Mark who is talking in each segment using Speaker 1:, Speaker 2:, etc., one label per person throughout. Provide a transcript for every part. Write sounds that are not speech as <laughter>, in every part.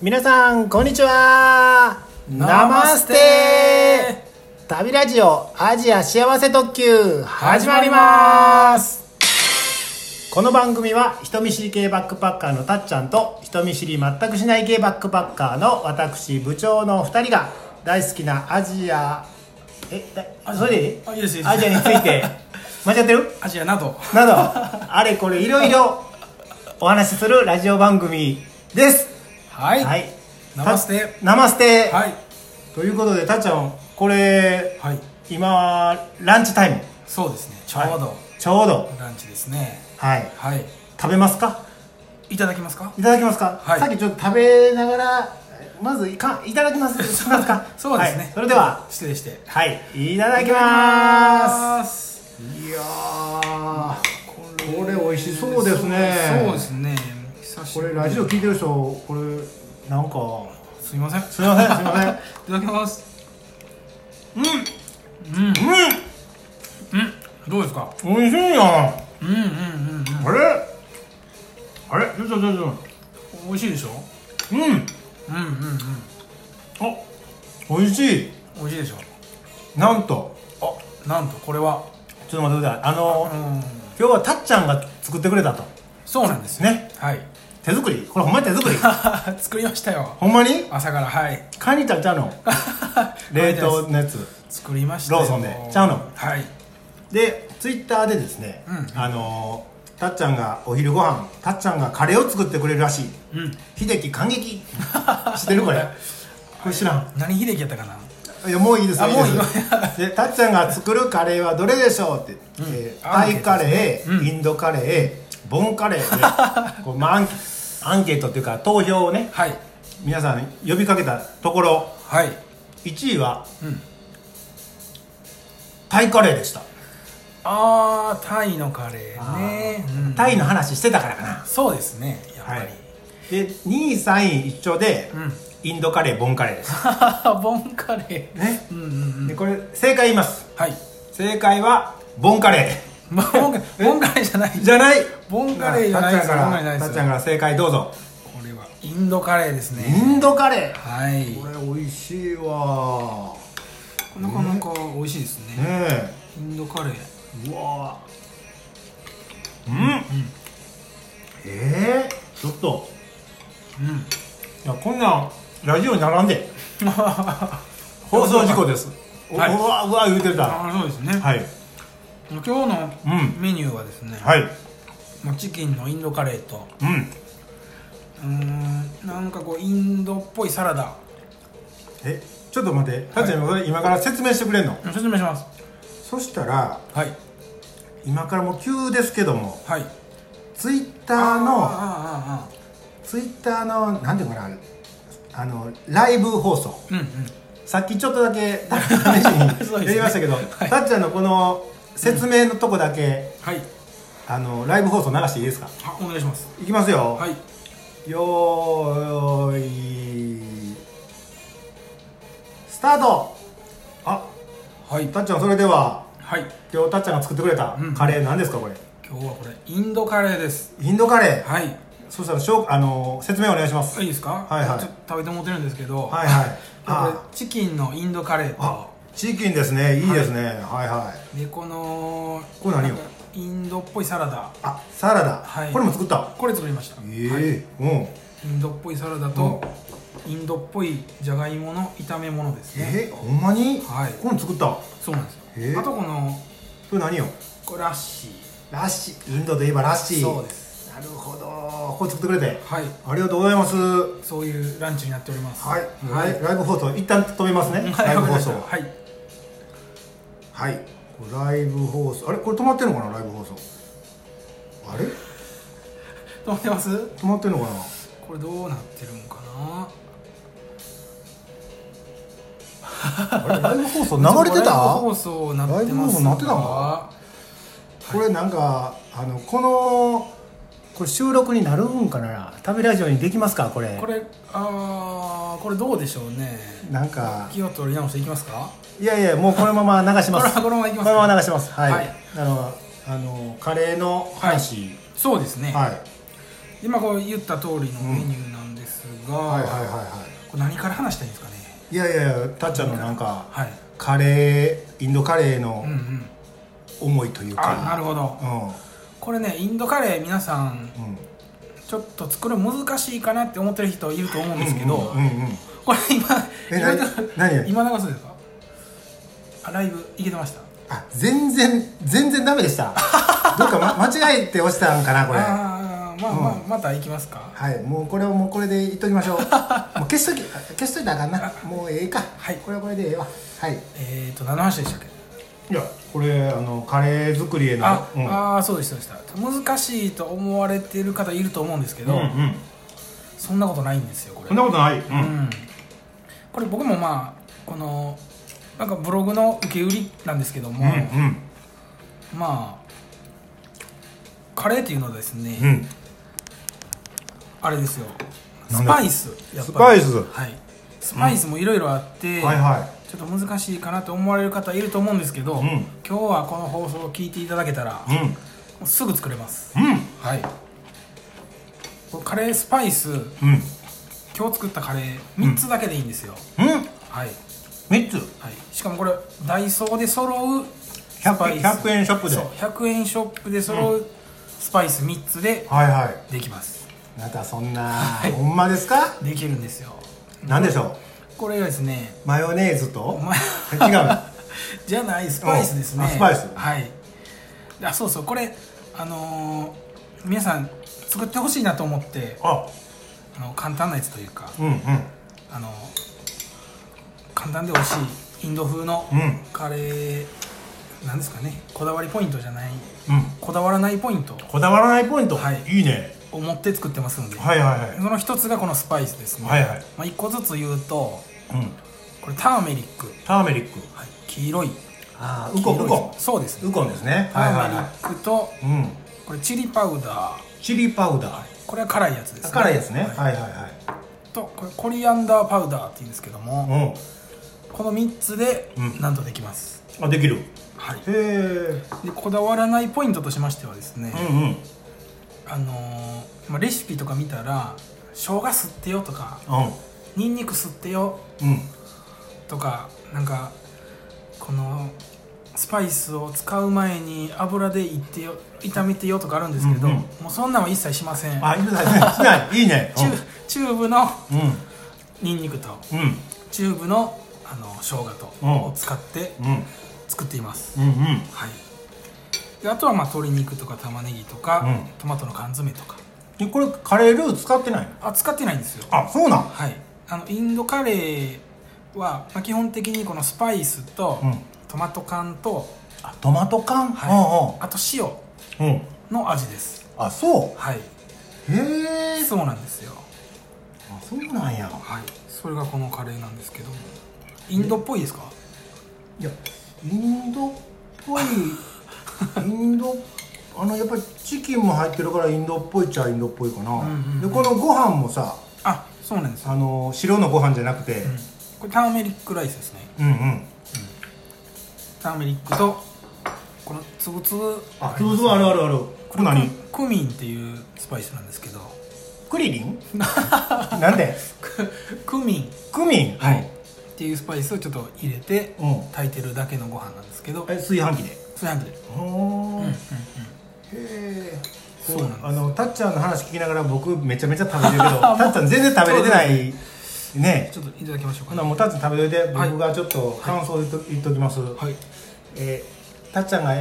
Speaker 1: 皆さんこんにちはナマステ旅ラジオアジア幸せ特急始まりますこの番組は人見知り系バックパッカーのたっちゃんと人見知り全くしない系バックパッカーの私部長の2人が大好きなアジアえだそれでいい
Speaker 2: あいいですいいです
Speaker 1: アジアについて間違ってる
Speaker 2: アジアなど
Speaker 1: などあれこれいろいろお話しするラジオ番組です
Speaker 2: はい、
Speaker 1: は
Speaker 2: はいい、ナマステ
Speaker 1: ナマステ、
Speaker 2: はい
Speaker 1: ということでたっちゃんこれ
Speaker 2: はい
Speaker 1: 今ランチタイム
Speaker 2: そうですねちょうど
Speaker 1: ちょうど
Speaker 2: ランチですね
Speaker 1: はい
Speaker 2: はい
Speaker 1: 食べますか
Speaker 2: いただきますか
Speaker 1: いただきますか、
Speaker 2: はい
Speaker 1: さっきちょっと食べながらまずいかいただきますしますか
Speaker 2: <laughs> そうですね、
Speaker 1: はいそれでは
Speaker 2: 失礼してい
Speaker 1: はいいただきます
Speaker 2: す
Speaker 1: いやー
Speaker 2: こ
Speaker 1: これ美味しそうですね
Speaker 2: そうそうですね久し
Speaker 1: こ
Speaker 2: ぶり
Speaker 1: れラジオ聞いてる人これなんか
Speaker 2: すいませんい
Speaker 1: すいませんすいません
Speaker 2: <laughs> ただきます
Speaker 1: う
Speaker 2: うんどうですか
Speaker 1: ん、美味しいやん。
Speaker 2: うんうんうんうん
Speaker 1: あれ。あれ、ちょちょちょちょ。
Speaker 2: 美味しいでしょ
Speaker 1: うん、
Speaker 2: うんうんうん
Speaker 1: 美味しい。
Speaker 2: 美味しいでしょ
Speaker 1: なんと。
Speaker 2: あなんとこれは
Speaker 1: ちょっと待ってください。あの
Speaker 2: う、ん
Speaker 1: 今日はたっちゃんが作ってくれたと。
Speaker 2: そうなんですよ
Speaker 1: ね、
Speaker 2: はい
Speaker 1: 手作り、これほんまに手作り。
Speaker 2: <laughs> 作りましたよ
Speaker 1: ほんまに。
Speaker 2: 朝からはい
Speaker 1: カニたちゃうの。冷凍のやつ。
Speaker 2: 作りましたよ
Speaker 1: ローソンでちゃうの
Speaker 2: はい
Speaker 1: で、ツイッターでですね
Speaker 2: うん。
Speaker 1: あの、たっちゃんがお昼ご飯、たっちゃんがカレーを作ってくれるらしい。
Speaker 2: うん
Speaker 1: 秀樹感激。知ってる
Speaker 2: <laughs>
Speaker 1: これ。これ知らん。
Speaker 2: 何秀樹やったかない
Speaker 1: やもういいです
Speaker 2: あ
Speaker 1: いいで
Speaker 2: もう
Speaker 1: すでたっちゃんが作るカレーはどれでしょうって、えー
Speaker 2: アン
Speaker 1: タ
Speaker 2: ケートですね
Speaker 1: イカレー、
Speaker 2: うん
Speaker 1: インドカレーボンカレーでこう、まあ、アンアンケートっていうか投票をね
Speaker 2: はい
Speaker 1: 皆さん呼びかけたところ
Speaker 2: はい
Speaker 1: 1位は、
Speaker 2: うん
Speaker 1: タイカレーでした、
Speaker 2: あータイのカレーねうん
Speaker 1: タイの話してたからかな
Speaker 2: そうですねやっぱり、
Speaker 1: はいで2位3位一緒で、
Speaker 2: う
Speaker 1: インドカレーボンカレーです
Speaker 2: ん <laughs> ボンカレー
Speaker 1: ね
Speaker 2: うんうんうん
Speaker 1: でこれ正解言います
Speaker 2: はい
Speaker 1: 正解はボンカレ
Speaker 2: ボンカレーボンカレー <laughs> じゃない
Speaker 1: ーじゃない
Speaker 2: ボンカレーじゃない
Speaker 1: た
Speaker 2: で
Speaker 1: っ
Speaker 2: す
Speaker 1: ちゃん
Speaker 2: ボンカ
Speaker 1: か
Speaker 2: レーじゃない
Speaker 1: ら
Speaker 2: です
Speaker 1: たっちゃんから正解どうぞ
Speaker 2: これはインドカレーですね
Speaker 1: インドカレー
Speaker 2: はい
Speaker 1: これ美味しいわ
Speaker 2: なかなか美味しいですね
Speaker 1: ね
Speaker 2: インドカレー
Speaker 1: えうわうん、ええちょっと
Speaker 2: う
Speaker 1: いやこんなんラジオに並んで
Speaker 2: <laughs>
Speaker 1: 放送事故です、お
Speaker 2: はいう
Speaker 1: わうわ言うてたは
Speaker 2: あーそうですね、
Speaker 1: い
Speaker 2: 今日の
Speaker 1: うん
Speaker 2: メニューはですね、
Speaker 1: はい
Speaker 2: まあチキンのインドカレーと
Speaker 1: うん
Speaker 2: うーんなんかこうインドっぽいサラダ
Speaker 1: えちょっと待ってたっちゃんそれ今から説明してくれんの、
Speaker 2: 説明します
Speaker 1: そしたら
Speaker 2: はい
Speaker 1: 今からもう急ですけども
Speaker 2: はい
Speaker 1: ツイッターの
Speaker 2: あああ
Speaker 1: ツイッターのなんていうのかなあのライブ放送
Speaker 2: あうんうん
Speaker 1: さっきちょっとだけ試し
Speaker 2: <laughs> そう
Speaker 1: に
Speaker 2: ですね
Speaker 1: やりましたけど、
Speaker 2: はい
Speaker 1: たっちゃんのこの説明のとこだけ、
Speaker 2: はい
Speaker 1: あのライブ放送流していいですか
Speaker 2: あお願いします
Speaker 1: いきますよ、
Speaker 2: はい
Speaker 1: よーいスタートあ
Speaker 2: はい
Speaker 1: たっちゃんそれでは
Speaker 2: はい
Speaker 1: 今日たっちゃんが作ってくれた
Speaker 2: うん
Speaker 1: カレー何ですかこれ
Speaker 2: 今日はこれインドカレーです
Speaker 1: インドカレー、
Speaker 2: はい
Speaker 1: そしたらしょうあの説明お願いします
Speaker 2: いいですか
Speaker 1: はいはい
Speaker 2: ちょっと食べてもってるんですけど
Speaker 1: はいいはいあ
Speaker 2: チキンのインドカレー
Speaker 1: あ
Speaker 2: と
Speaker 1: チキンですねいいですね、はい、はい
Speaker 2: でこの
Speaker 1: これ何よ
Speaker 2: なんかインドっぽいサラダ
Speaker 1: あサラダ、
Speaker 2: はい
Speaker 1: これも作った
Speaker 2: これ作りました
Speaker 1: ええ
Speaker 2: はい
Speaker 1: うん
Speaker 2: インドっぽいサラダとインドっぽいじゃがいもの炒め物ですね
Speaker 1: えほんまに、
Speaker 2: はい
Speaker 1: この作ったこ
Speaker 2: そうなんです
Speaker 1: へえ
Speaker 2: よあとこの
Speaker 1: れ何よ
Speaker 2: これラッシ
Speaker 1: ラッシーインドといえばラッシ
Speaker 2: ー
Speaker 1: ー
Speaker 2: そうです
Speaker 1: なるほどこれ作ってくれて
Speaker 2: はい
Speaker 1: ありがとうございますは
Speaker 2: そういうランチになっております
Speaker 1: い、
Speaker 2: はい
Speaker 1: ライライブ放送一旦止めますね、
Speaker 2: はい
Speaker 1: ライブ
Speaker 2: わ
Speaker 1: 放
Speaker 2: かりまし
Speaker 1: 送
Speaker 2: たはい
Speaker 1: はいこれライブ放送あれこれ止まってるのかなライブ放送あれ
Speaker 2: 止まってます
Speaker 1: 止まってるのかな
Speaker 2: これどうなってるんかな
Speaker 1: あれライブ放
Speaker 2: <laughs>
Speaker 1: 送流れて
Speaker 2: ライ
Speaker 1: た
Speaker 2: ブ放送なってま
Speaker 1: ラ
Speaker 2: す
Speaker 1: イブ放送なってたのかこれなんかあのこのこれ収録になるんかな旅ラジオにできますかこれ
Speaker 2: これあーこれどうでしょうね
Speaker 1: なんか
Speaker 2: 気を取り直していきますか
Speaker 1: いやいやもうこのまま流し
Speaker 2: こ
Speaker 1: ま
Speaker 2: れ
Speaker 1: す
Speaker 2: はこのままいき
Speaker 1: こ
Speaker 2: ま
Speaker 1: の
Speaker 2: す
Speaker 1: まま
Speaker 2: か
Speaker 1: 流しますはい、
Speaker 2: はい
Speaker 1: あのあのカレーの話
Speaker 2: そうですね
Speaker 1: はい、
Speaker 2: 今こう言った通りのメニューなんですが、
Speaker 1: はいはいはいはい
Speaker 2: これ何から話したいんですかね
Speaker 1: いやいやいやたっちゃんのなんか
Speaker 2: はい
Speaker 1: カレーインドカレーの
Speaker 2: うんうん
Speaker 1: 思いという
Speaker 2: あな
Speaker 1: か、
Speaker 2: るほどこれねインドカレー皆さん
Speaker 1: うんうん
Speaker 2: ちょっと作るの難しいかなって思ってる人いると思うんですけ
Speaker 1: うんうんう
Speaker 2: ど、
Speaker 1: ん
Speaker 2: これ今
Speaker 1: え
Speaker 2: 今
Speaker 1: な何
Speaker 2: 今流すんですかあライブいけてました
Speaker 1: あ全然全然ダメでした
Speaker 2: <laughs>
Speaker 1: どっか、ま、間違えて押したんかなこれは
Speaker 2: ああまあまあ、また行きますか
Speaker 1: いもうこれをもうこれでいっときま
Speaker 2: <laughs>
Speaker 1: しょうもう消しときあ消しといたらあかんなもうええか、
Speaker 2: はい
Speaker 1: これはこれでええわはい
Speaker 2: えっ、と何の話でしたっけ
Speaker 1: いやこれあのカレー作りへの
Speaker 2: あ、
Speaker 1: うん
Speaker 2: あーそうでしたそうでした難しいと思われてる方いると思うんですけど、
Speaker 1: うんうん
Speaker 2: そんなことないんですよこれ
Speaker 1: そんなことない、うん
Speaker 2: うんこれ僕もまあこのなんかブログの受け売りなんですけども、
Speaker 1: う
Speaker 2: まあカレーっていうのはです
Speaker 1: ん
Speaker 2: ね、
Speaker 1: うんうん
Speaker 2: あれですよ
Speaker 1: なん
Speaker 2: ス
Speaker 1: だ
Speaker 2: パイスやっぱり
Speaker 1: スパイス
Speaker 2: はいスパイスもいろいろあって、
Speaker 1: はいは
Speaker 2: ちょっと難しいかなと思われる方いると思うんですけど、
Speaker 1: ん
Speaker 2: 今日はこの放送を聞いていただけたら、
Speaker 1: い
Speaker 2: もうすぐ作れます
Speaker 1: うん
Speaker 2: はいこれカレースパイス
Speaker 1: うん
Speaker 2: 今日作ったカレー3つだけでいいんですよ、
Speaker 1: うんうん
Speaker 2: はい、
Speaker 1: 3つ
Speaker 2: はい、しかもこれダイソーで揃うスパ
Speaker 1: 100,
Speaker 2: イス
Speaker 1: 100円ショップで
Speaker 2: そう100円ショップで揃うスパイス3つで
Speaker 1: はいは
Speaker 2: できます、
Speaker 1: いまたそんな、
Speaker 2: い
Speaker 1: ほんまですか
Speaker 2: できるんですよ
Speaker 1: なんでしょ
Speaker 2: これがですね
Speaker 1: うマヨネーズと
Speaker 2: お前 <laughs>
Speaker 1: 違う <laughs> の
Speaker 2: じゃないスパイスですね
Speaker 1: あスパイス
Speaker 2: はいあそうそうこれあのー皆さん作ってほしいなと思って
Speaker 1: あ
Speaker 2: あの簡単なやつというか
Speaker 1: うんうん
Speaker 2: あの簡単で美味しいインド風の
Speaker 1: うん
Speaker 2: カレー、なんですかねこだわりポイントじゃない
Speaker 1: うん
Speaker 2: こだわらないポイント
Speaker 1: こだわらないポイント、
Speaker 2: はい
Speaker 1: いね
Speaker 2: を持って作ってますので、
Speaker 1: はいはいはい
Speaker 2: その一つがこのスパイスですね、
Speaker 1: はいはい
Speaker 2: まあ、一個ずつ言うと
Speaker 1: うん
Speaker 2: これターメリック、
Speaker 1: ターメリック
Speaker 2: はい、黄色い
Speaker 1: ああ
Speaker 2: ウ
Speaker 1: ウコンウコ
Speaker 2: そうです
Speaker 1: ンウコンですね
Speaker 2: タ
Speaker 1: はいは
Speaker 2: ー
Speaker 1: い
Speaker 2: メリ
Speaker 1: は
Speaker 2: ックと
Speaker 1: いうん
Speaker 2: これチリパウダー
Speaker 1: チリパウダー
Speaker 2: これは辛いやつです、ね、
Speaker 1: 辛いですね、
Speaker 2: は
Speaker 1: はいはいはい
Speaker 2: いとこれコリアンダーパウダーっていうんですけども、この3つで
Speaker 1: うん
Speaker 2: なんとできま
Speaker 1: う
Speaker 2: す、
Speaker 1: んあできるへ
Speaker 2: はい、
Speaker 1: え
Speaker 2: でこだわらないポイントとしましてはですね、
Speaker 1: うんうん
Speaker 2: あのーまあ、レシピとか見たら生姜吸ってよとかニンニク吸ってよ
Speaker 1: うんうん
Speaker 2: とかなんかこのスパイスを使う前に油でいってよ炒めてよとかあるんですけど、
Speaker 1: うんうん
Speaker 2: もうそんなんは一切しません
Speaker 1: あ、いいですね。いい <laughs> ね。
Speaker 2: チュチューブの
Speaker 1: うん。
Speaker 2: ニンニクと
Speaker 1: うん。
Speaker 2: チューブのあの生姜と
Speaker 1: うん
Speaker 2: を使って
Speaker 1: うん。
Speaker 2: 作っていま
Speaker 1: う
Speaker 2: す、
Speaker 1: ん。うん。
Speaker 2: はいであとはまあ鶏肉とか玉ねぎとか、
Speaker 1: うん
Speaker 2: トマトの缶詰とか
Speaker 1: え、これカレールー使ってないの。
Speaker 2: あ使ってないんですよ
Speaker 1: あ、そうなん。
Speaker 2: はいあのインドカレーは、まあ、基本的にこのスパイスと、
Speaker 1: うん
Speaker 2: トマト缶と、
Speaker 1: あ、トマト缶。
Speaker 2: はい、あと塩
Speaker 1: うんうん。うん。
Speaker 2: の味です
Speaker 1: あ、そ
Speaker 2: はい、
Speaker 1: う。へえ。
Speaker 2: そうなんですよ、
Speaker 1: あ、そうなんや。
Speaker 2: はい、それがこのカレーなんですけどインドっぽいですか
Speaker 1: いや、インドっ <laughs> ぽい。インド。あの、やっぱりチキンも入ってるから、インドっぽいっちゃインドっぽいかな。
Speaker 2: んうん
Speaker 1: で、このご飯もさ、
Speaker 2: あそうなんですよ、
Speaker 1: あの、白のご飯じゃなくて。
Speaker 2: うんこれターメリックライスですね
Speaker 1: うん、うん。
Speaker 2: ターメリックとこのつぶつぶ
Speaker 1: あ、そうそう、あるあるある。これ何。
Speaker 2: クミンっていうスパイスなんですけど <laughs>
Speaker 1: クリリン。なんで。
Speaker 2: ククミン
Speaker 1: クミン。
Speaker 2: はい。っていうスパイスをちょっと入れて
Speaker 1: うん
Speaker 2: 炊いてるだけのご飯なんですけど
Speaker 1: え、炊飯器で。
Speaker 2: それなんで
Speaker 1: ほー
Speaker 2: うんうんうん
Speaker 1: へえ
Speaker 2: そうなんです
Speaker 1: あのたっちゃんの話聞きながら僕めちゃめちゃ食べてるけど
Speaker 2: <laughs>
Speaker 1: たっちゃん全然食べれてないね
Speaker 2: ちょっといただきましょう
Speaker 1: ほ
Speaker 2: か
Speaker 1: な
Speaker 2: ね
Speaker 1: もうたっちゃん食べといて
Speaker 2: はい
Speaker 1: 僕がちょっと感想を言っと,、言っときます、
Speaker 2: はい
Speaker 1: えーたっちゃんが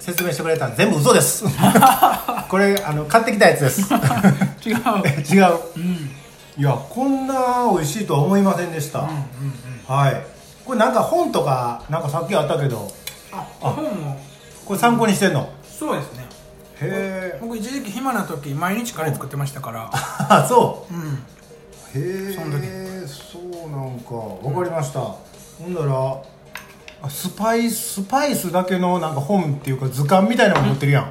Speaker 1: 説明してくれたの全部嘘です
Speaker 2: <laughs>
Speaker 1: これあの買ってきたやつです
Speaker 2: 違う
Speaker 1: <laughs> 違う
Speaker 2: うんうんうん
Speaker 1: いやこんな美味しいとは思いませんでした、はいこれなんか本とかなんかさっきあったけど
Speaker 2: あ本も
Speaker 1: これ参考にしてんの
Speaker 2: そうですね
Speaker 1: へえ
Speaker 2: 僕一時期暇な時毎日カレー作ってましたから
Speaker 1: あそう
Speaker 2: うん
Speaker 1: へえ
Speaker 2: その時
Speaker 1: そうなんかわかりました、ほんならあスパイススパイスだけのなんか本っていうか図鑑みたいなの持ってるやん、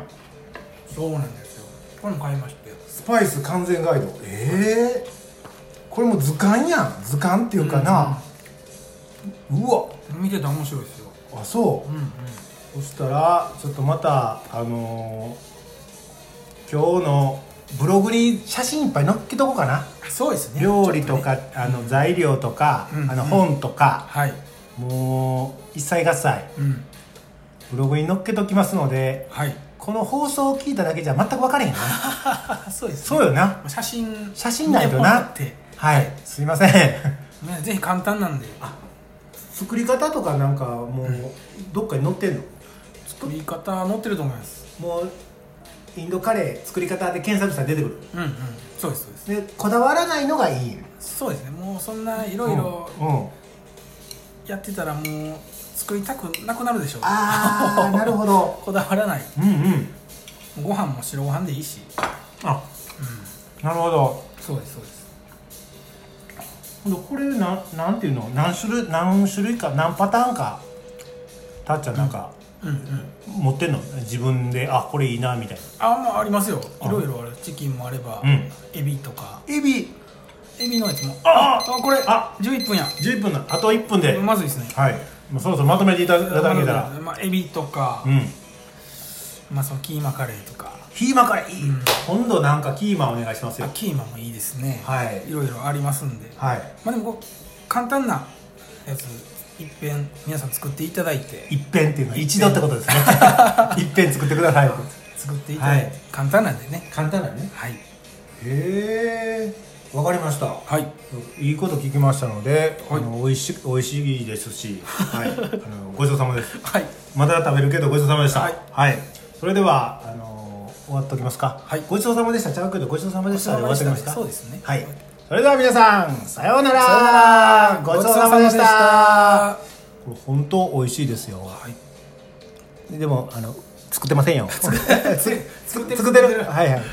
Speaker 2: そうなんですよこれも買いまして
Speaker 1: スパイス完全ガイドええこれもう図鑑やん図鑑っていうかな、うわ
Speaker 2: 見てたら面白いですよ
Speaker 1: あそう
Speaker 2: うんうん
Speaker 1: そしたらちょっとまたあのー今日のブログに写真いっぱい載っけとこうかな
Speaker 2: そうですね
Speaker 1: 料理とか
Speaker 2: ちょっね
Speaker 1: あの材料とか、
Speaker 2: うん
Speaker 1: あの
Speaker 2: うん
Speaker 1: 本とか、
Speaker 2: はい
Speaker 1: もう一切合切
Speaker 2: うん
Speaker 1: ブログに載っけときますので
Speaker 2: はい
Speaker 1: この放送を聞いただけじゃ全く分かれへんな
Speaker 2: あそうです、
Speaker 1: そうよな
Speaker 2: 写真
Speaker 1: 写真ないとな
Speaker 2: 見てもらって
Speaker 1: はいすいません
Speaker 2: ねぜひ簡単なんで
Speaker 1: 作り方とかなんかもう、どっかに載ってんの
Speaker 2: 作り方載ってると思います
Speaker 1: もうインドカレー作り方で検索したら出てく
Speaker 2: うんうんそうですそうです
Speaker 1: るでこだわらないのがいい
Speaker 2: そうですねもうそんない
Speaker 1: い
Speaker 2: ろいろ
Speaker 1: うんうん
Speaker 2: やってたらもう作りたくなくなるでしょう
Speaker 1: ああ <laughs> なるほど
Speaker 2: こだわらない
Speaker 1: うんうん
Speaker 2: ご飯も白ご飯でいいし
Speaker 1: あ
Speaker 2: うん
Speaker 1: なるほど
Speaker 2: そうですそうです
Speaker 1: でこれなんなんていうの何種類何種類か何パターンかたっちゃんなんか
Speaker 2: うんうん
Speaker 1: 持ってんの自分であこれいいなみたい
Speaker 2: あもうありますよ
Speaker 1: あ
Speaker 2: いろいろあるチキンもあれば、
Speaker 1: うん
Speaker 2: エビとか
Speaker 1: なエビ
Speaker 2: エビのやつも
Speaker 1: あ
Speaker 2: あこれ
Speaker 1: あ
Speaker 2: 11分や
Speaker 1: 11分のあと1分で、
Speaker 2: まずいですね
Speaker 1: はいもうそろそろまとめていただけたら
Speaker 2: まあ、エビとか、
Speaker 1: うん
Speaker 2: まあ、そのキーマカレーとか
Speaker 1: キーマカレーいい、
Speaker 2: うん
Speaker 1: 今度なんかキーマお願いします
Speaker 2: あ
Speaker 1: よ
Speaker 2: キーマもいいですね、
Speaker 1: はい
Speaker 2: いろいろありますんで、
Speaker 1: はい
Speaker 2: まあ、でもこう簡単なやついっぺん皆さん作っていただいて
Speaker 1: 一遍っていうのは一度ってこと <laughs> ですね一遍作ってください
Speaker 2: 作っていただいて、
Speaker 1: はい
Speaker 2: 簡単なんでね
Speaker 1: 簡単だね
Speaker 2: はい
Speaker 1: へえわかりました
Speaker 2: はい
Speaker 1: いいこと聞きましたので、
Speaker 2: はい
Speaker 1: あの美味し美味しいですし、はい、あのごちそうさまです
Speaker 2: はい
Speaker 1: また食べるけどごちそうさまでした
Speaker 2: は
Speaker 1: はいい、それではあの終わっときますか、
Speaker 2: はい
Speaker 1: ごちそうさまでしたちゃうけどごちそうさまでしたで終わっときますか
Speaker 2: そうですね
Speaker 1: はいそれでは皆さんさようなら
Speaker 2: さよなら
Speaker 1: ごちそうさまでした
Speaker 2: は
Speaker 1: これ本当美味しいですよ
Speaker 2: い
Speaker 1: <laughs> でもあの作ってませんよ作
Speaker 2: 作ってる
Speaker 1: 作ってるはいはい